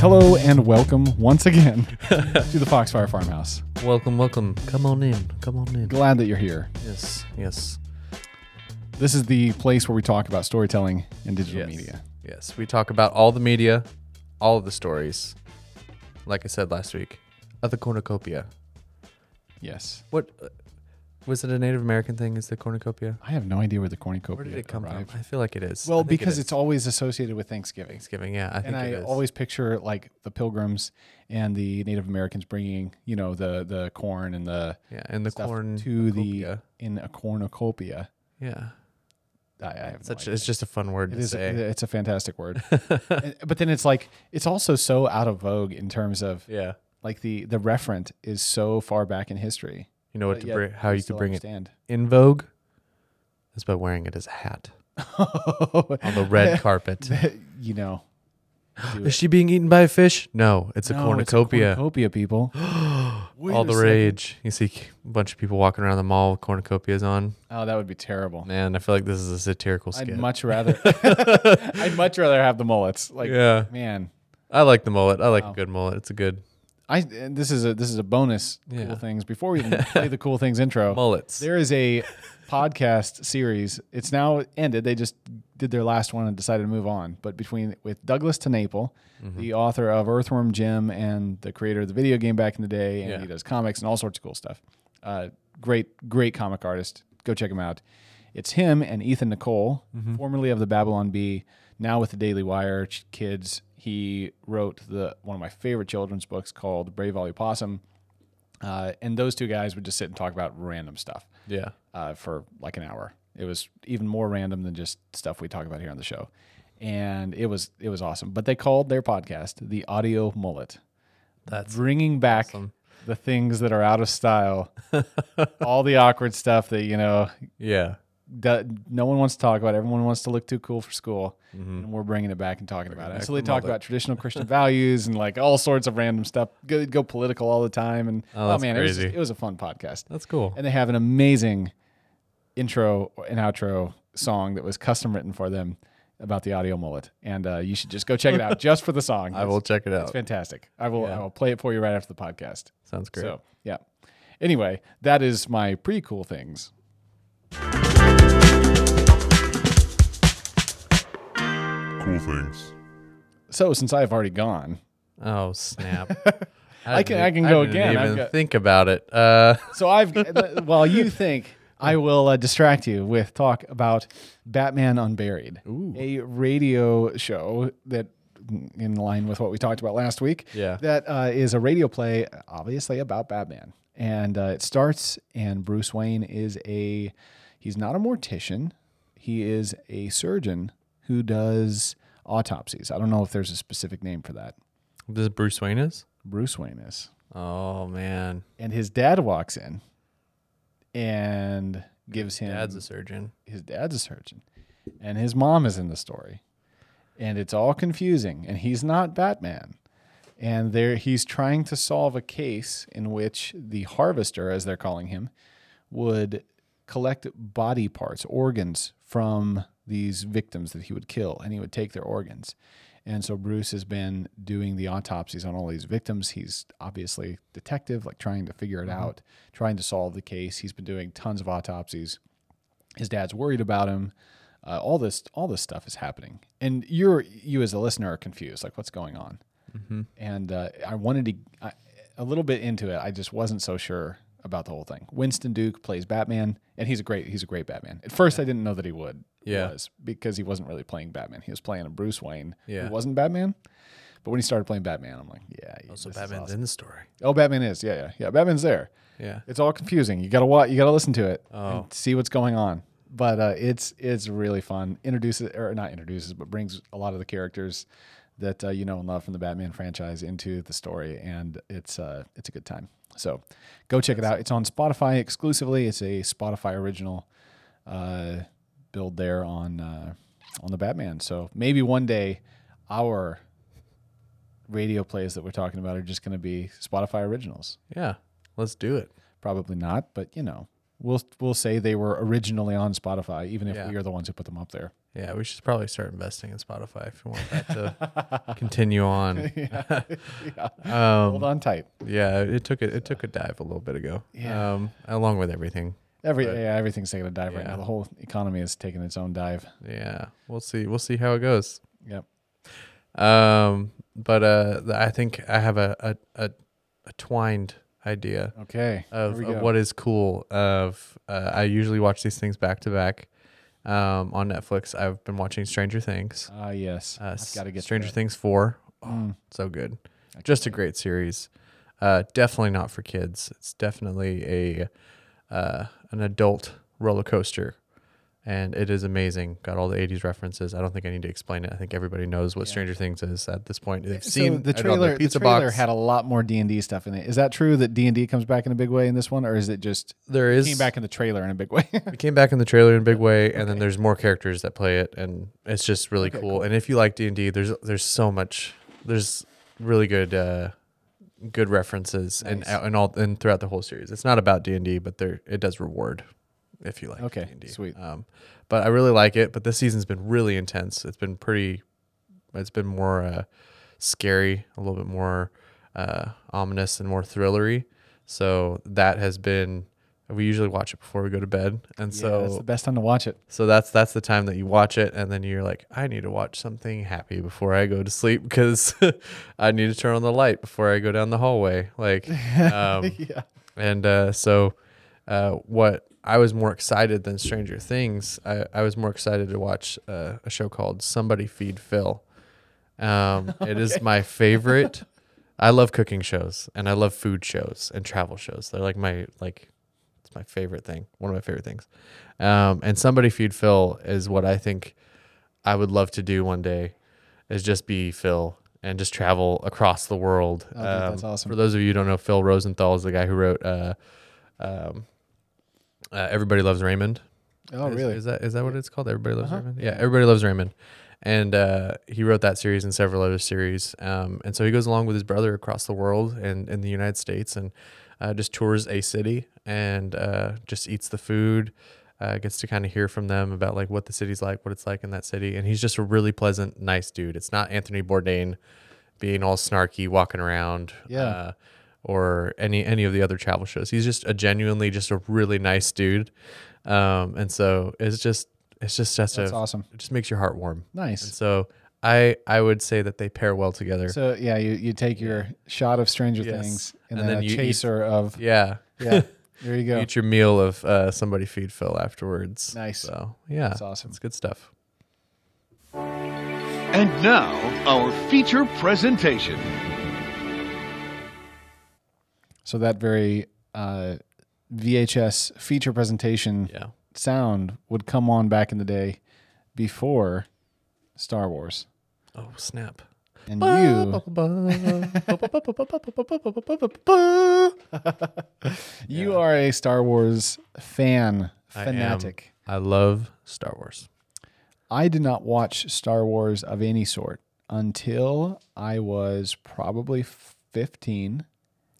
Hello and welcome once again to the Foxfire Farmhouse. Welcome, welcome. Come on in. Come on in. Glad that you're here. Yes, yes, This is the place where we talk about storytelling and digital yes. media. Yes, we talk about all the media, all of the stories. Like I said last week, of the cornucopia. Yes. What uh, was it? A Native American thing? Is the cornucopia? I have no idea where the cornucopia Where did it come arrived. from? I feel like it is. I Well, think it because is. it's always associated with Thanksgiving. Thanksgiving. Yeah, I think and I it is. always picture like the pilgrims and the Native Americans bringing, you know, the the corn and the yeah, and the stuff corn to the in a cornucopia. yeah. I, I have Such no idea. it's just a fun word It to is. say. It's a fantastic word, And- but then it's like it's also so out of vogue in terms of yeah, like the the referent is so far back in history. you know what but to yet bring, how we you still could bring understand. it in vogue. Is by wearing it as a hat on the red carpet. you know, do Is she being eaten by a fish? No, it's a No, it's cornucopia. cornucopia, people. Wait All a the second. rage. You see a bunch of people walking around the mall with cornucopias on. Oh, that would be terrible. Man, I feel like this is a satirical skit. I'd much rather. I'd much rather have the mullets. Like, yeah. man, I like the mullet. I like a good mullet. It's a good I and this is a this is a bonus. Yeah. Cool things before we even play the cool things intro. mullets. There is a podcast series. It's now ended. They just did their last one and decided to move on. But between with Douglas Tenaple, the author of Earthworm Jim and the creator of the video game back in the day, and Yeah. he does comics and all sorts of cool stuff. Uh, great, great comic artist. Go check him out. It's him and Ethan Nicole, formerly of the Babylon Bee, now with the Daily Wire ch- Kids. He wrote the one of my favorite children's books called Brave Ollie Possum. Uh, and those two guys would just sit and talk about random stuff Yeah. uh, for like an hour. It was even more random than just stuff we talk about here on the show, and it was it was awesome. But they called their podcast the Audio Mullet, That's bringing back the things that are out of style, all the awkward stuff that you know yeah. do, no one wants to talk about. Everyone wants to look too cool for school, and we're bringing it back and talking about it. And back so they the talk Mm-hmm. mullet. about traditional Christian values and like all sorts of random stuff. Go, go political all the time, and Oh, oh, that's man, it was just- crazy. it was a fun podcast That's cool. and they have an amazing intro and outro song that was custom written for them about the audio mullet. And uh, you should just go check it out just for the song. I will check it It's out. fantastic. I will. I will play it for you right after the podcast. Sounds great. So yeah. Anyway, that is my pretty cool things. cool things. So since I've already gone, Oh snap. I can- didn't- I can go didn't again. I've Even got- think about it. Uh, so I've while you think. I will uh, distract you with talk about Batman Unburied, a radio show that, mm, in line with what we talked about last week, Yeah. that uh, is a radio play, obviously about Batman, and uh, it starts and Bruce Wayne is a, he's not a mortician, he is a surgeon who does autopsies. I don't know if there's a specific name for that. this is Bruce Wayne is. Bruce Wayne is, Oh man, and his dad walks in, and gives him dad's a surgeon. his dad's a surgeon and his mom is in the story and it's all confusing and he's not batman and there he's trying to solve a case in which the harvester as they're calling him would collect body parts organs from these victims that he would kill and he would take their organs and so bruce has been doing the autopsies on all these victims he's obviously detective like trying to figure it out trying to solve the case he's been doing tons of autopsies his dad's worried about him. Uh, all this, all this stuff is happening, and you're you as a listener are confused, like what's going on. Mm-hmm. And uh, I wanted to I, a little bit into it. I just wasn't so sure about the whole thing. Winston Duke plays Batman, and he's a great he's a great Batman. At first, I didn't know that he would Yeah. was because he wasn't really playing Batman. He was playing a Bruce Wayne Yeah. who wasn't Batman. But when he started playing Batman, I'm like, yeah, yeah Oh, So this is Batman's awesome. in the story. Oh, Batman is yeah, yeah, yeah. Batman's there Yeah. it's all confusing. You gotta watch. You gotta listen to it Oh. and see what's going on. But uh, it's it's really fun. Introduces or not introduces, but brings a lot of the characters that uh, you know and love from the Batman franchise into the story, and it's uh, it's a good time. So go check it out. It's on Spotify exclusively. It's a Spotify original uh, build there on uh, on the Batman. So maybe one day our radio plays that we're talking about are just going to be Spotify originals. Yeah. Let's do it. Probably not, but you know, We'll we'll say they were originally on Spotify, even if Yeah. we are the ones who put them up there. Yeah, we should probably start investing in Spotify if we want that to continue on. Um, Hold on tight. Yeah, it took a, it took a dive a little bit ago. Yeah. Um, along with everything. Every But- yeah, everything's taking a dive right Yeah. now. The whole economy is taking its own dive. Yeah, we'll see. We'll see how it goes. Yep. Um, but uh, th- I think I have a a, a, a twined idea Okay. of, here we of go. what is cool. Of uh, I usually watch these things back to back. Um, on Netflix, I've been watching Stranger Things. Ah yes. Uh, I've got to get to Stranger that. Things four. Oh, Mm. so good. Just a great series. Uh, definitely not for kids. It's definitely a uh, an adult roller coaster, and it is amazing. Got all the '80s references. I don't think I need to explain it. I think everybody knows what Stranger Things is at this point. They've so seen the it on trailer. their pizza the trailer box. had a lot more D and D stuff in it. Is that true that D and D comes back in a big way in this one, or is it just there is came back in the trailer in a big way? It came back in the trailer in a big way, and then there's more characters that play it, and it's just really cool. And if you like D and D, there's there's so much, there's really good uh, good references and Nice. and all and throughout the whole series. It's not about D and D, but there it does reward if you like. Okay, D&D. sweet. Um, but I really like it. But this season's been really intense. It's been pretty. It's been more uh, scary, a little bit more uh, ominous, and more thrillery. So that has been. We usually watch it before we go to bed, and yeah, that's the so best time to watch it. so that's that's the time that you watch it, and then you're like, I need to watch something happy before I go to sleep because I need to turn on the light before I go down the hallway. Like, um, Yeah. and uh, so, uh, what I was more excited than Stranger Things, I, I was more excited to watch uh, a show called Somebody Feed Phil. Um, It is my favorite. I love cooking shows and I love food shows and travel shows. They're like my like it's my favorite thing, one of my favorite things. Um, and Somebody Feed Phil is what I think I would love to do one day is just be Phil and just travel across the world. Oh, dude, that's Um, awesome. For those of you who don't know, Phil Rosenthal is the guy who wrote uh, um, uh, Everybody Loves Raymond. Oh Is- really? Is that is that what it's called? Everybody loves Uh-huh. Raymond. Yeah, everybody loves Raymond, and uh, he wrote that series and several other series. Um, and so he goes along with his brother across the world and in the United States, and uh, just tours a city and uh, just eats the food. Uh, gets to kind of hear from them about like what the city's like, what it's like in that city, and he's just a really pleasant, nice dude. It's not Anthony Bourdain being all snarky, walking around. Yeah. Uh, or any any of the other travel shows. He's just a genuinely just a really nice dude, um, and so it's just it's just just that's a awesome. it just makes your heart warm. And Nice. so I I would say that they pair well together. So yeah, you, you take your shot of Stranger Yes. Things and, And then, then a you eat- chaser of yeah, yeah. There you go. eat your meal of uh, somebody feed Phil afterwards. Nice. So yeah, That's awesome. It's good stuff. And now, our feature presentation. So that very uh, VHS feature presentation Yeah. sound would come on back in the day before Star Wars, Oh snap! and you you are a Star Wars fan I am. fanatic. I love Star Wars. I did not watch Star Wars of any sort until I was probably 15.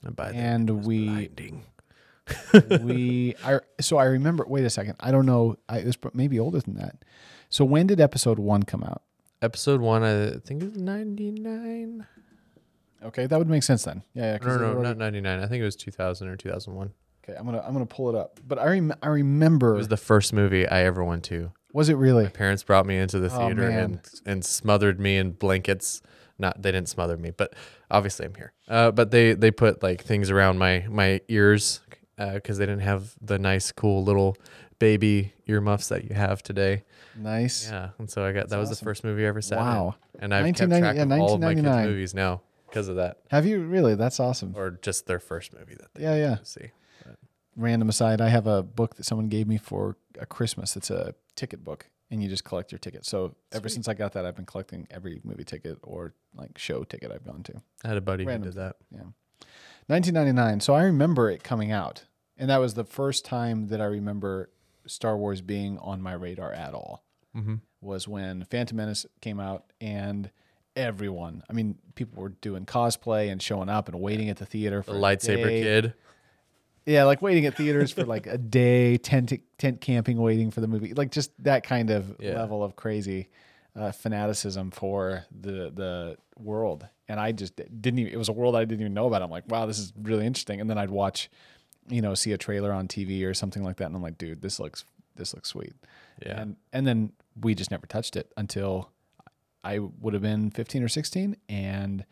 And by the And we- blinding. we I so I remember wait a second. I don't know. I it was maybe older than that. So when did episode 1 come out? episode one, I think it was ninety nine. Okay, that would make sense then. Yeah, yeah 'cause No, they no, were no, already- not 99. I think it was 2000 or 2001. Okay, I'm going to I'm going to pull it up. But I rem- I remember It was, was the first movie I ever went to. it really? Parents brought me into the Oh, theater and man. and smothered me in blankets. Not they didn't smother me, but obviously I'm here. Uh, but they they put like things around my my ears because they didn't have the nice cool little baby earmuffs that you have today. Nice. Yeah, and so I got that was the first movie I ever sat. in. Wow. and I've kept 1990 track yeah, of all of my kids' 1999. movies now because of that, Have you really? That's awesome. or just their first movie that they Yeah, yeah. see. Random aside, I have a book that someone gave me for a Christmas. It's a ticket book and you just collect your tickets. So ever since I got that I've been collecting every movie ticket or like show ticket I've gone to. I had a buddy Random. who did that. 1999. So I remember it coming out, and that was the first time that I remember Star Wars being on my radar at all. Mhm. Was when Phantom Menace came out, and everyone, I mean, people were doing cosplay and showing up and waiting at the theater for The lightsaber day. kid. Yeah, like waiting at theaters for like a day, tent tent camping, waiting for the movie, like just that kind of Yeah. level of crazy uh, fanaticism for the the world. And I just didn't. Even, it was a world I didn't even know about. I'm like, wow, this is really interesting. And then I'd watch, you know, see a trailer on TV or something like that, and I'm like, dude, this looks this looks sweet. Yeah. And and then we just never touched it until I would have been 15 or 16, and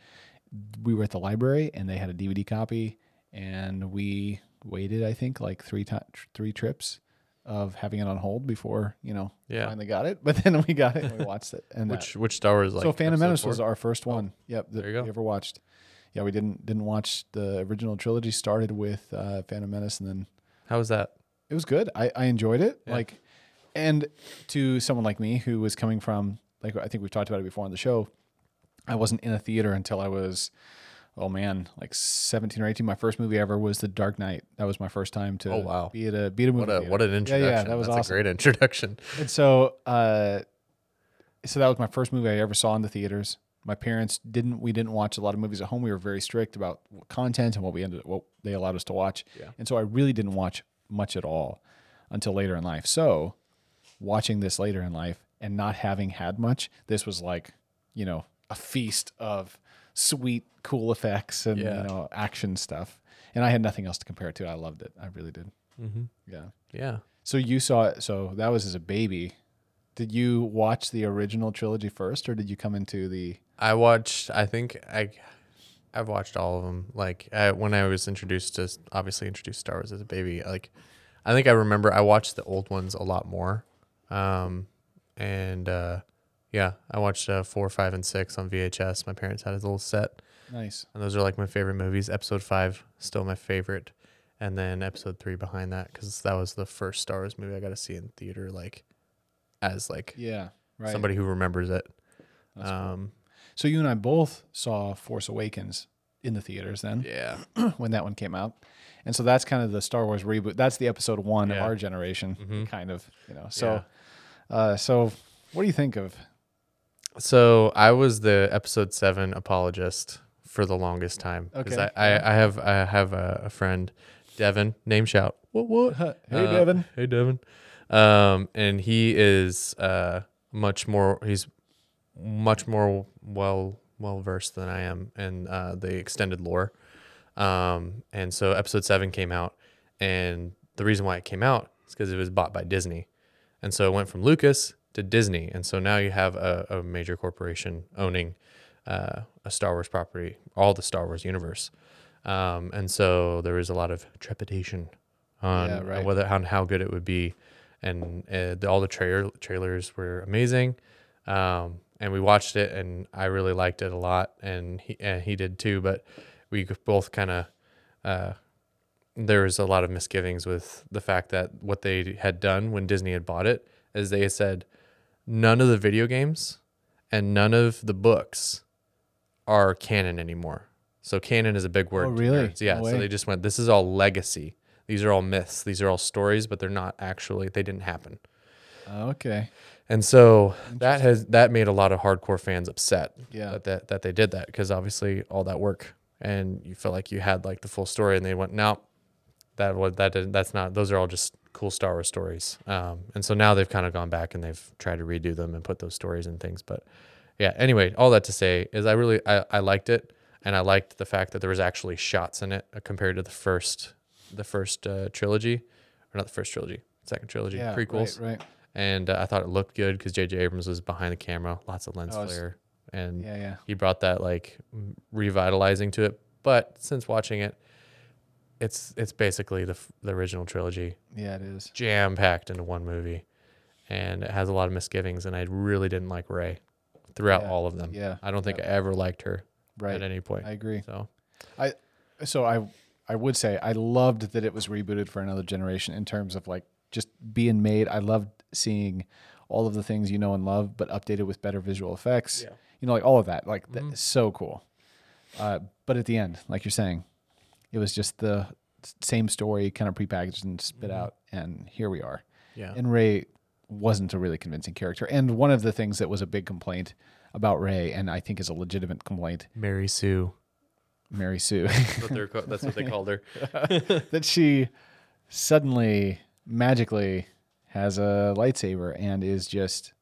we were at the library, and they had a DVD copy, and we waited, I think, like three ti three trips of having it on hold before you know Yeah. finally got it. But then we got it, and we watched it, and Which that- which Star Wars like? so Phantom episode Menace four? Oh, was our first one. yep, that there you go. we ever watched. Yeah, we didn't didn't watch the original trilogy. Started with uh, Phantom Menace, and then How was that? it was good. I, I enjoyed it. Like, and to someone like me who was coming from, like, I think we've talked about it before on the show, I wasn't in a theater until I was, oh man, like 17 or 18. My first movie ever was The Dark Knight. That was my first time to Oh, wow. be at a, be at a movie What a theater. what an Yeah, introduction. yeah, that was That's awesome. a great introduction. And so, uh, so that was my first movie I ever saw in the theaters. My parents didn't. We didn't watch a lot of movies at home. We were very strict about content and what we ended, what they allowed us to watch. Yeah. And so I really didn't watch much at all until later in life. So watching this later in life and not having had much, this was like, you know, a feast of sweet, cool effects and Yeah. you know action stuff. And I had nothing else to compare it to. I loved it. I really did. Yeah. Yeah. So you saw it. So that was as a baby. Did you watch the original trilogy first, or did you come into the? I watched. I think I, I've watched all of them. Like I, when I was introduced to, obviously introduced to Star Wars as a baby. Like, I think I remember I watched the old ones a lot more. Um, and uh, yeah, I watched uh, four, five, and six on VHS. My parents had a little set, Nice. and those are like my favorite movies. Episode five still my favorite, and then episode three behind that because that was the first Star Wars movie I got to see in theater. Like, as like Yeah. Right. somebody who remembers it. Um, So you and I both saw Force Awakens in the theaters then yeah. when that one came out, and so that's kind of the Star Wars reboot. That's the Episode One of Yeah. our generation, Mhm. kind of. You know. So, uh, so what do you think of? So I was the episode seven apologist for the longest time. 'Cause Okay. I, I, I have I have a, a friend, Devin, name shout. What what? Hey, Devin. Uh, Hey Devin. Um, and he is uh much more he's much more well well versed than I am in uh, the extended lore. Um, and so episode seven came out, and the reason why it came out is because it was bought by Disney, and so it went from Lucas to Disney, and so now you have a, a major corporation owning uh, a Star Wars property, all the Star Wars universe, um, and so there was a lot of trepidation on Yeah, right. whether on how good it would be, and uh, the, all the trailer trailers were amazing um, and we watched it, and I really liked it a lot, and he and he did too. But we both kind of uh, there was a lot of misgivings with the fact that what they had done when Disney had bought it is they had said none of the video games and none of the books are canon anymore. So canon is a big word. Oh, to really? nerds. Yeah. No so way. they just went. This is all legacy. These are all myths. These are all stories, but they're not actually. They didn't happen. Okay. And so that has that made a lot of hardcore fans upset. Yeah. That that, that they did that because obviously all that work and you felt like you had like the full story and they went no, that was that didn't, that's not those are all just cool Star Wars stories. Um, and so now they've kind of gone back and they've tried to redo them and put those stories and things. But yeah, anyway, all that to say is I really I, I liked it and I liked the fact that there was actually shots in it uh, compared to the first the first uh, trilogy or not the first trilogy second trilogy Yeah. prequels Right. right. and uh, I thought it looked good because J.J. Abrams was behind the camera, lots of lens Oh, it's- flare, and Yeah. Yeah. he brought that like m- revitalizing to it. But since watching it, it's it's basically the f- the original trilogy Yeah. It is. jam packed into one movie, and it has a lot of misgivings. And I really didn't like Ray throughout Yeah. all of them. Yeah. I don't think I ever liked her Right. at any point. I agree. so I so I I would say I loved that it was rebooted for another generation in terms of like just being made. I loved seeing all of the things you know and love, but updated with better visual effects. You know, like all of that. Like that is so cool. Uh, but at the end, like you're saying, it was just the s- same story, kind of prepackaged and spit out, and here we are. yeah, And Ray wasn't a really convincing character. And one of the things that was a big complaint about Ray, and I think is a legitimate complaint, Mary Sue. Mary Sue, That's what, they're ca- that's what they called her. that she suddenly magically has a lightsaber and is just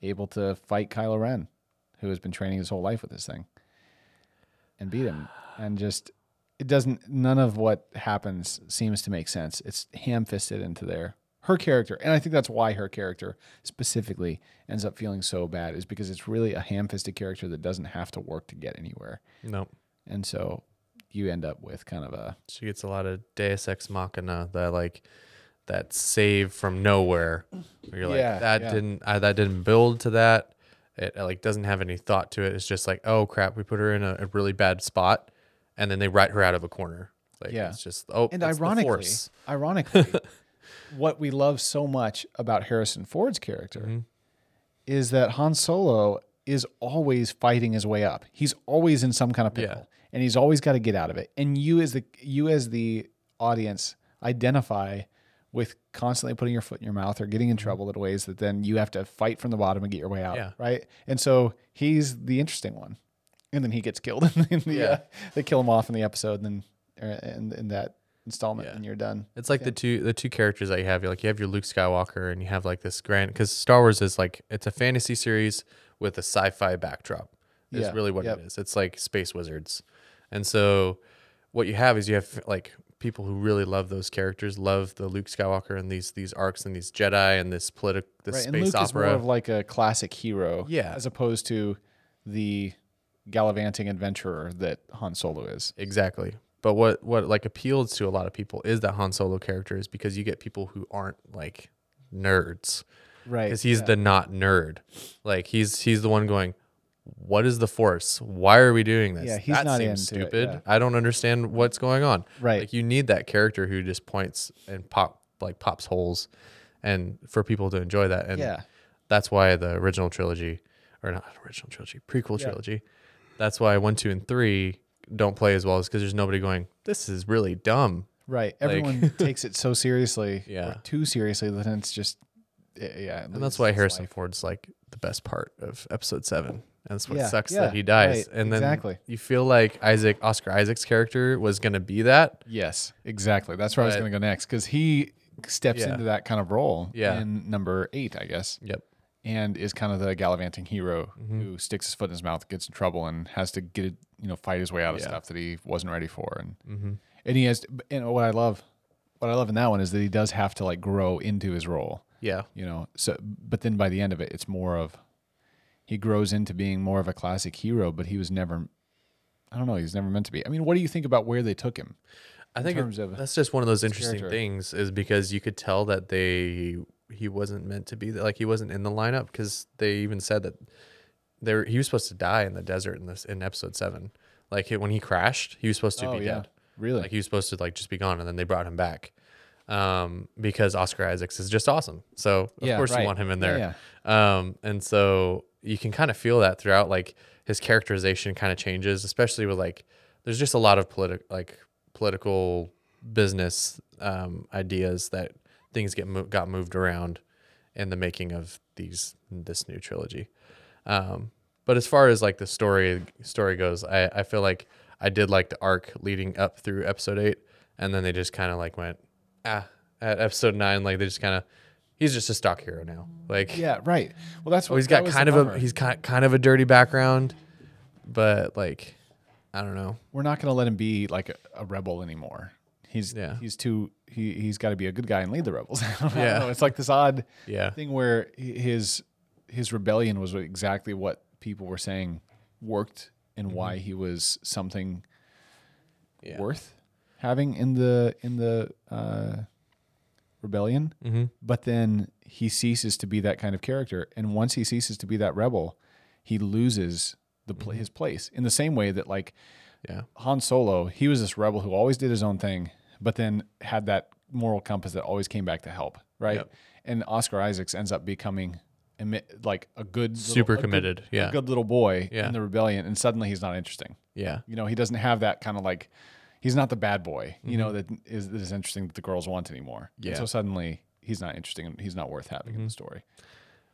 able to fight Kylo Ren, who has been training his whole life with this thing, and beat him. And just it doesn't. None of what happens seems to make sense. It's ham-fisted into there. Her character, and I think that's why her character specifically ends up feeling so bad, is because it's really a ham-fisted character that doesn't have to work to get anywhere. No, And so you end up with kind of a she gets a lot of Deus Ex Machina. That like that save from nowhere. Where you're Yeah, like that yeah. didn't I, that didn't build to that. It uh, like doesn't have any thought to it. It's just like oh crap, we put her in a, a really bad spot, and then they write her out of a corner. Like Yeah. it's just oh and it's the ironically, Force. ironically, what we love so much about Harrison Ford's character Mm-hmm. is that Han Solo is always fighting his way up. He's always in some kind of pickle, and he's always got to get out of it. And you, as the you as the audience, identify with constantly putting your foot in your mouth or getting in trouble in ways that then you have to fight from the bottom and get your way out, Mm-hmm. Yeah. right? And so he's the interesting one, and then he gets killed in the uh, they kill him off in the episode, and then uh, in, in that installment, Yeah. and you're done. It's like the two the two characters that you have. You like you have your Luke Skywalker and you have like this grand because Star Wars is like it's a fantasy series with a sci-fi backdrop. Is Yeah, really what yep. it is. It's like space wizards, and so what you have is you have like people who really love those characters, love the Luke Skywalker and these these arcs and these Jedi and this politic this Right, and space Luke is more opera. of like a classic hero, Yeah. as opposed to the gallivanting adventurer that Han Solo is. Exactly. But what what like appeals to a lot of people is that Han Solo character is because you get people who aren't like nerds. Right, Because he's the not nerd. Like he's he's the one going, What is the force? Why are we doing this? Yeah, he's that not seems into it, stupid. yeah. I don't understand what's going on. Right. Like you need that character who just points and pop like pops holes and for people to enjoy that. And Yeah. that's why the original trilogy or not original trilogy, prequel trilogy. That's why one, two, and three don't play as well is because there's nobody going, This is really dumb. Right, everyone takes it so seriously, Yeah. or too seriously that it's just, eh, yeah. And that's why Harrison Ford's like the best part of episode seven. And that's what Yeah, sucks yeah, that he right, dies. and then exactly. you feel like Isaac Oscar Isaac's character was gonna be that. Yes, exactly. That's where I was But- going to go next because he steps Yeah. into that kind of role Yeah. in number eight, I guess. Yep. and is kind of the gallivanting hero Mm-hmm. who sticks his foot in his mouth, gets in trouble, and has to get it, you know, fight his way out of stuff that he wasn't ready for. And Mm-hmm. and he has, and what I love, what I love in that one is that he does have to like grow into his role, Yeah. you know. So, but then by the end of it, it's more of he grows into being more of a classic hero, but he was never. I don't know. He was never meant to be. I mean, what do you think about where they took him? I think terms it- of that's just one of those interesting character. things is because you could tell that they he wasn't meant to be there. Like he wasn't in the lineup because they even said that they were, he was supposed to die in the desert in this in episode seven. Like it, when he crashed, he was supposed Oh, to be dead. really? Like he was supposed to like just be gone, and then they brought him back um, because Oscar Isaacs is just awesome. So of Yeah, course right. you want him in Yeah, there. Um, and so you can kind of feel that throughout. Like his characterization kind of changes, especially with like there's just a lot of political like political business um, ideas that things get mo- got moved around in the making of these this new trilogy. Um, but as far as like the story story goes, I, I feel like I did like the arc leading up through episode eight, and then they just kind of like went ah at episode nine, like they just kind of he's just a stock hero now. Like yeah, right. Well, that's what oh, he's that got was the kind of bummer. a he's kind kind of a dirty background, but like I don't know. we're not going to let him be like a, a rebel anymore. He's Yeah. he's too he he's got to be a good guy and lead the rebels. I don't Yeah. know. it's like this odd Yeah. thing where hi- his his rebellion was exactly what people were saying worked and why he was something Mm-hmm. Yeah. worth having in the in the uh, rebellion. Mm-hmm. But then he ceases to be that kind of character, and once he ceases to be that rebel, he loses the pl- his place in the same way that like Mm-hmm. Yeah. Han Solo, he was this rebel who always did his own thing, but then had that moral compass that always came back to help, right? Yep. And Oscar Isaacs ends up becoming emi- like a good, little- Super a good- committed, a yeah. good little boy Yeah. in the rebellion, and suddenly he's not interesting. Yeah. You know, he doesn't have that kind of like, he's not the bad boy, you know, that is, that is interesting that the girls want anymore. And Mm-hmm. Yeah. so suddenly he's not interesting and he's not worth having in the story.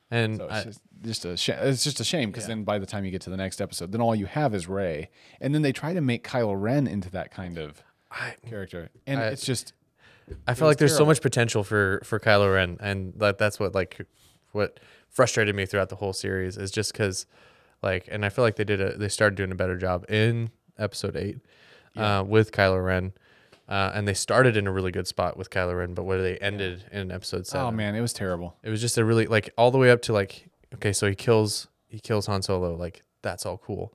And So I- it's just, just a sh- it's just a shame because then by the time you get to the next episode, then all you have is Ray, and then they try to make Kylo Ren into that kind of I, character, and I- it's just I felt like there's so much potential for for Kylo Ren, and that that's what like what frustrated me throughout the whole series is just because like, and I feel like they did a they started doing a better job in Episode Eight uh, with Kylo Ren, uh, and they started in a really good spot with Kylo Ren, but where they ended in Episode Seven, oh man, it was terrible. it was just a really like all the way up to like okay, so he kills he kills Han Solo, like that's all cool.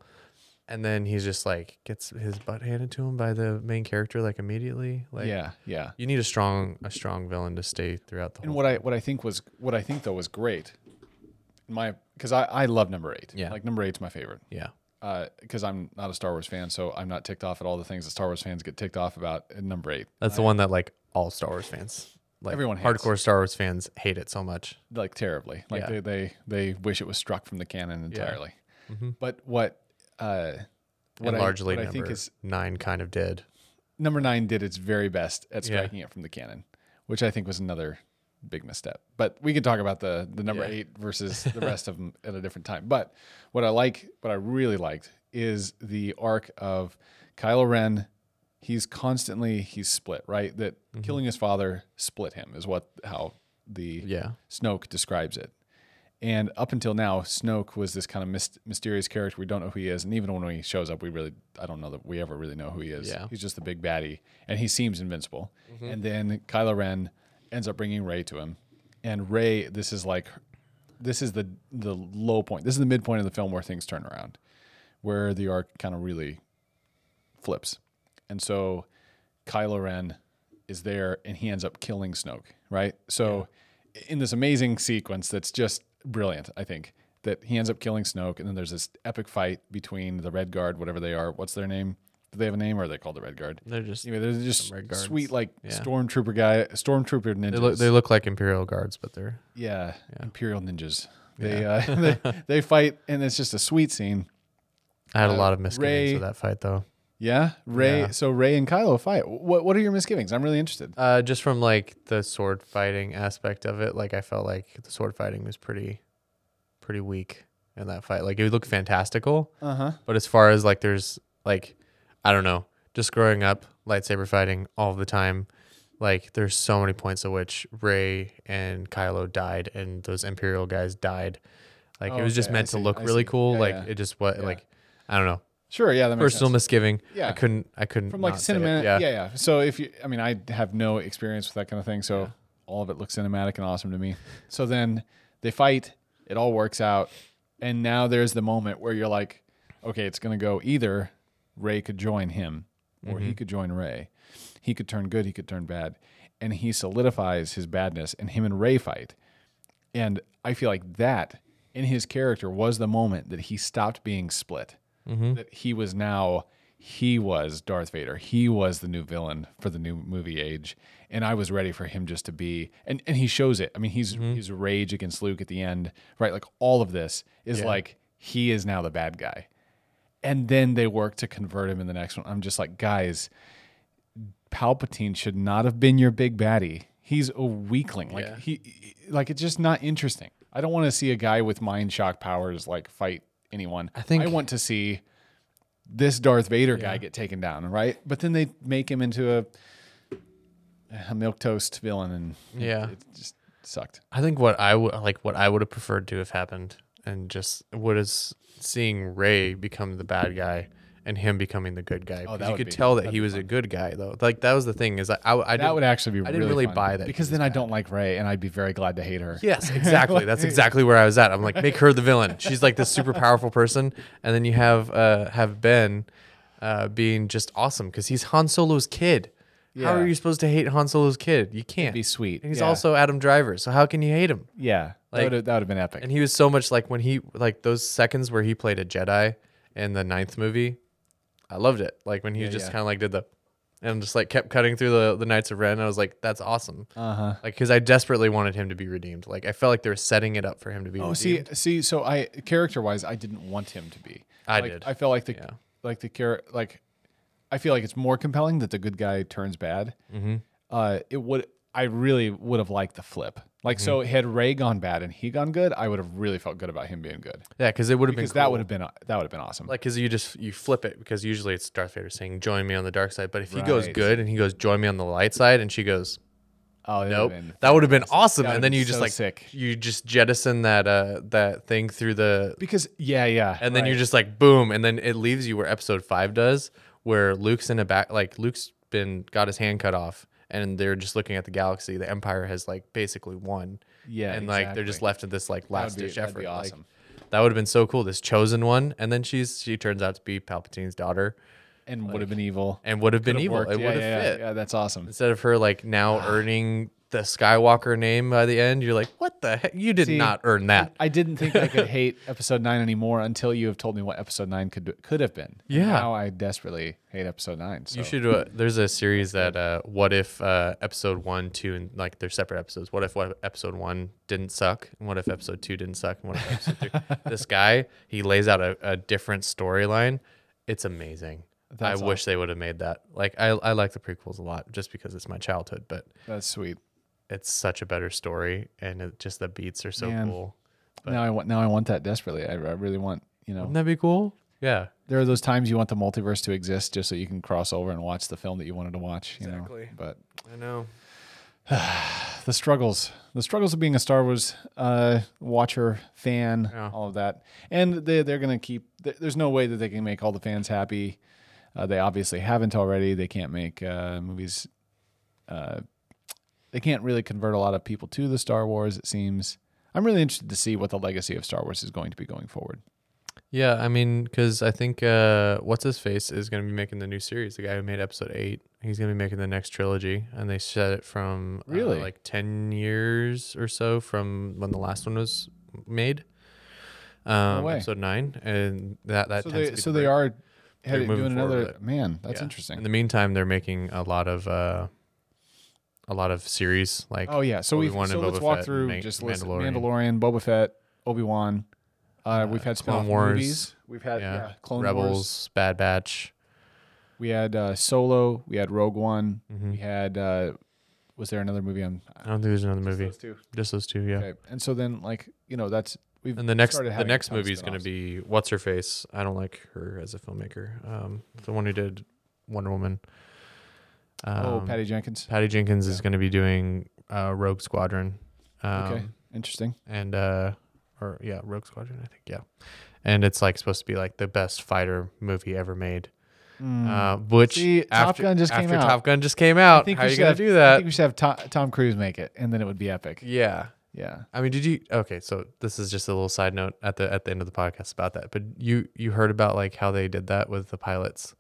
And then he's just like gets his butt handed to him by the main character like immediately. Like yeah, yeah. you need a strong a strong villain to stay throughout the And whole. what I what I think was what I think though was great, my because I I love number eight. Yeah. like number eight's my favorite. yeah, because Uh, I'm not a Star Wars fan, so I'm not ticked off at all the things that Star Wars fans get ticked off about in number eight. that's the one that like all Star Wars fans, like Everyone hates. hardcore Star Wars fans hate it so much. like terribly. Like Yeah. they, they they wish it was struck from the canon entirely. But what uh what Mm-hmm. and I, largely, what I number think is nine kind of did. number nine did its very best at Yeah. striking it from the canon, which I think was another big misstep. But we can talk about the the number Yeah. eight versus the rest of them at a different time. But what I like, what I really liked, is the arc of Kylo Ren. He's constantly he's split, right? That Mm-hmm. killing his father split him is what how the Yeah, Snoke describes it. And up until now, Snoke was this kind of myst- mysterious character. We don't know who he is, and even when he shows up, we really I don't know that we ever really know who he is. Yeah. He's just the big baddie, and he seems invincible. And then Kylo Ren ends up bringing Rey to him, and Rey, this is like, this is the the low point. This is the midpoint of the film where things turn around, where the arc kind of really flips. And so Kylo Ren is there and he ends up killing Snoke, right? So in this amazing sequence that's just brilliant, I think, that he ends up killing Snoke and then there's this epic fight between the Red Guard, whatever they are. What's their name? Do they have a name or are they called the Red Guard? they're just Anyway, they're just Some Red Guards. sweet like Yeah. stormtrooper guy, stormtrooper ninjas. they look they look like Imperial guards, but they're Yeah, Imperial ninjas. They, uh, they they fight and it's just a sweet scene. I had a lot of Uh, misgivings Rey- with that fight though. Yeah, Ray. Yeah. So Ray and Kylo fight. What what are your misgivings? I'm really interested. Uh, just from like the sword fighting aspect of it, like I felt like the sword fighting was pretty, pretty weak in that fight. Like it would look fantastical, Uh huh. but as far as like there's like, I don't know, just growing up lightsaber fighting all the time, like there's so many points at which Ray and Kylo died and those Imperial guys died. Like it Oh, was just okay, I meant to see, look I really see. cool. Yeah, like yeah. it just what like I don't know. Sure. Yeah. That makes Personal sense. misgiving. Yeah. I couldn't. I couldn't. from like not say it. cinematic. Yeah. yeah, So if you, I mean, I have no experience with that kind of thing, so all of it looks cinematic and awesome to me. So then they fight, it all works out, and now there's the moment where you're like, okay, it's gonna go either Ray could join him, or Mm-hmm. he could join Ray. He could turn good, he could turn bad, and he solidifies his badness, and him and Ray fight. And I feel like that in his character was the moment that he stopped being split. That he was now, he was Darth Vader. He was the new villain for the new movie age. And I was ready for him just to be, and, and he shows it. I mean, he's his rage against Luke at the end, right? Like all of this is like he is now the bad guy. And then they work to convert him in the next one. I'm just like, guys, Palpatine should not have been your big baddie. He's a weakling. Like Yeah. he, like it's just not interesting. I don't want to see a guy with mind shock powers like fight anyone. I think- I want to see this Darth Vader guy get taken down, right? But then they make him into a a milk toast villain, and Yeah. it just sucked. I think what I would like what I would have preferred to have happened and just what is seeing Ray become the bad guy and him becoming the good guy. Oh, that Because you would could be- tell that he was a good guy though. Like that was the thing is I I, I That didn't- would actually be. I didn't really fun. buy that because he was then I don't like Ray, and I'd be very glad to hate her. Yes, exactly. That's exactly where I was at. I'm like, make her the villain. She's like this super powerful person, and then you have uh, have Ben uh, being just awesome because he's Han Solo's kid. How Yeah. are you supposed to hate Han Solo's kid? You can't. be sweet. And he's Yeah. also Adam Driver, so how can you hate him? yeah. Like- that would have been epic. And he was so much like when he like those seconds where he played a Jedi in the ninth movie, I loved it. Like when he just yeah. kind of like did the, and just like kept cutting through the the Knights of Ren. I was like, that's awesome. Uh Uh-huh. huh. Like because I desperately wanted him to be redeemed. Like I felt like they were setting it up for him to be. Oh, redeemed. see, see, so I character wise, I didn't want him to be. I Like, did. I felt like the Yeah. like the char- like I feel like it's more Mm-hmm. compelling that the good guy turns bad. Uh, it would. I really would have liked the flip. Like so, Mm-hmm. had Ray gone bad and he gone good, I would have really felt good about him being good Yeah, because it would have been because that cool. would have been uh, that would have been awesome. like because you just you flip it because usually it's Darth Vader saying join me on the dark side, but if he goes Right. good and he goes join me on the light side, and she goes oh, that nope, would've been- that would have been awesome, That and would've then been you just so like sick. you just jettison that uh that thing through the because yeah, yeah, and then right. you're just like boom, and then it leaves you where Episode Five does, where Luke's in a back like Luke's been got his hand cut off, and they're just looking at the galaxy. The Empire has like basically won. Yeah, and like they're just exactly. left in this like last be- ditch that'd effort. be Like, awesome. that would have been so cool. This chosen one, and then she's she turns out to be Palpatine's daughter, and would have been evil. and would have been Could've evil. worked. It yeah, would have yeah, Ah. fit Yeah, that's awesome. instead of her like now earning the Skywalker name by the end. You're like, what the heck? You did See, not earn that. I didn't think I could hate episode nine anymore until you have told me what episode nine could could have been. And Yeah. now I desperately hate episode nine. So You should. Uh, there's a series that uh, what if uh, episode one, two, and like they're separate episodes. What if what if episode one didn't suck, and what if episode two didn't suck, and what if episode three? This guy he lays out a, a different storyline. It's amazing. I That's wish they would have made that. Like I, I like the prequels a lot just because it's my childhood, but that's sweet. it's such a better story, and it, just the beats are so Man. cool. now I want now I want that desperately. I, I really want you know. Wouldn't that be cool? Yeah, There are those times you want the multiverse to exist just so you can cross over and watch the film that you wanted to watch. You Exactly. Know? But I know. the struggles the struggles of being a star wars uh, watcher fan Yeah. all of that and they, they're going to keep th- there's no way that they can make all the fans happy uh, they obviously haven't already they can't make uh, movies uh, they can't really convert a lot of people to the star wars it seems i'm really interested to see what the legacy of star wars is going to be going forward Yeah, I mean, because I think uh, what's his face is going to be making the new series. The guy who made episode eight, he's going to be making the next trilogy, and they set it from uh, Really? like ten years or so from when the last one was made. Um, way. episode nine, and that that so tends to they, be so the they break. are headed, moving doing forward another with it. man that's Yeah. interesting In the meantime, they're making a lot of uh, a lot of series like Oh yeah, so we've Obi-Wan and so let's Boba walk Fett through and Ma- just list Mandalorian. Mandalorian, Boba Fett, Obi Wan. Uh, we've had Clone spin-off Wars. movies. We've had yeah, yeah, Clone Wars. Rebels, Bad Batch. We had uh, Solo. We had Rogue One. Mm-hmm. We had uh, was there another movie on I don't think there's another movie. Uh, those two? Just those two, yeah. Okay, and so then like you know that's we've And the next started the having a next ton of movie is going to spin-offs. be what's her face? I don't like her as a filmmaker. Um, the one who did Wonder Woman. Um, oh Patty Jenkins. Patty Jenkins is going to be doing uh, Rogue Squadron. Um, okay, interesting. And uh, or yeah, Rogue Squadron. I think yeah. And it's like supposed to be like the best fighter movie ever made. Uh, which See, Top after, Gun just came after out. Top Gun just came out. How are you should going to have- do Hmm. I that? think we should have Tom, Tom Cruise make it, and then it would be epic. yeah. Yeah. I mean, did you? Okay, so this is just a little side note at the at the end of the podcast about that. But you you heard about like how they did that with the pilots,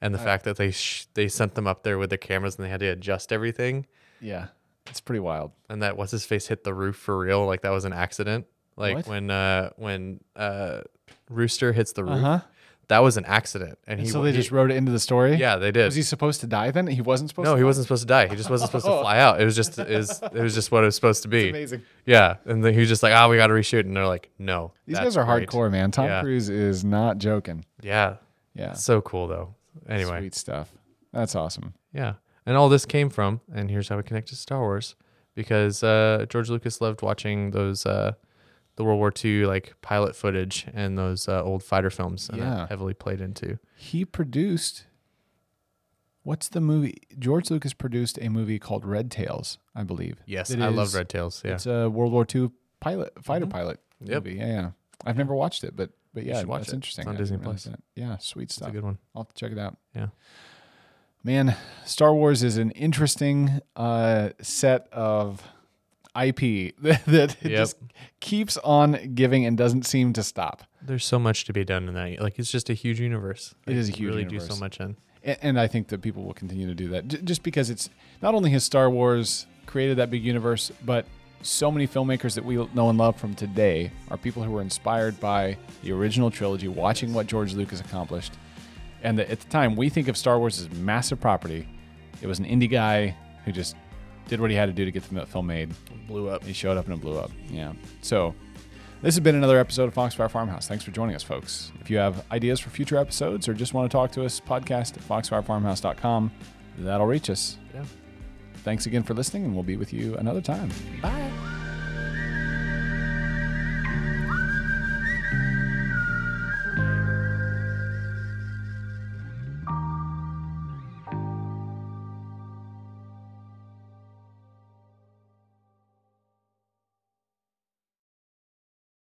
and the fact that they sh- they sent them up there with their cameras and they had to adjust everything, Yeah. It's pretty wild. and that what's his face hit the roof for real, like that was an accident. Like What? when uh when uh Rooster hits the roof, Uh-huh. that was an accident, and, And he so they he- just wrote it into the story. yeah they did. Was he supposed to die then? He wasn't supposed no, to. he wasn't supposed to die. He just wasn't supposed to fly out. It was just is it was just what it was supposed to be. amazing. Yeah, and then he was just like, "Ah, we got to reshoot," and they're like, "No." These that's guys are great." hardcore, man. Tom Yeah. Cruise is not joking. Yeah. Yeah. So cool though. Anyway, Sweet stuff. That's awesome. yeah. And all this came from, and here's how it connects to Star Wars, because uh, George Lucas loved watching those uh, the World War II like pilot footage and those uh, old fighter films, and Yeah. that heavily played into. He produced what's the movie? George Lucas produced a movie called Red Tails, I believe. Yes, That I is- love Red Tails. Yeah, It's a World War II pilot fighter pilot Yep. movie. Yeah, yeah. I've never watched it, but but yeah, should watch that's it. interesting. It's on I didn't Disney realize Plus. that. Yeah, sweet it's stuff. a good one. I'll have to check it out. Yeah. Man, Star Wars is an interesting uh, set of IP that, that it Yep. just keeps on giving and doesn't seem to stop. There's so much to be done in that. Like it's just a huge universe. It They is a huge really do universe. so much in. And, and I think that people will continue to do that J- just because it's not only has Star Wars created that big universe, but so many filmmakers that we know and love from today are people who were inspired by the original trilogy, watching what George Lucas accomplished. And that at the time, we think of Star Wars as a massive property. It was an indie guy who just did what he had to do to get the mi- film made. Blew up. He showed up and it blew up. Yeah. So this has been another episode of Foxfire Farmhouse. Thanks for joining us, folks. If you have ideas for future episodes or just want to talk to us, podcast at foxfirefarmhouse.com. That'll reach us. Yeah. Thanks again for listening, and we'll be with you another time. Bye.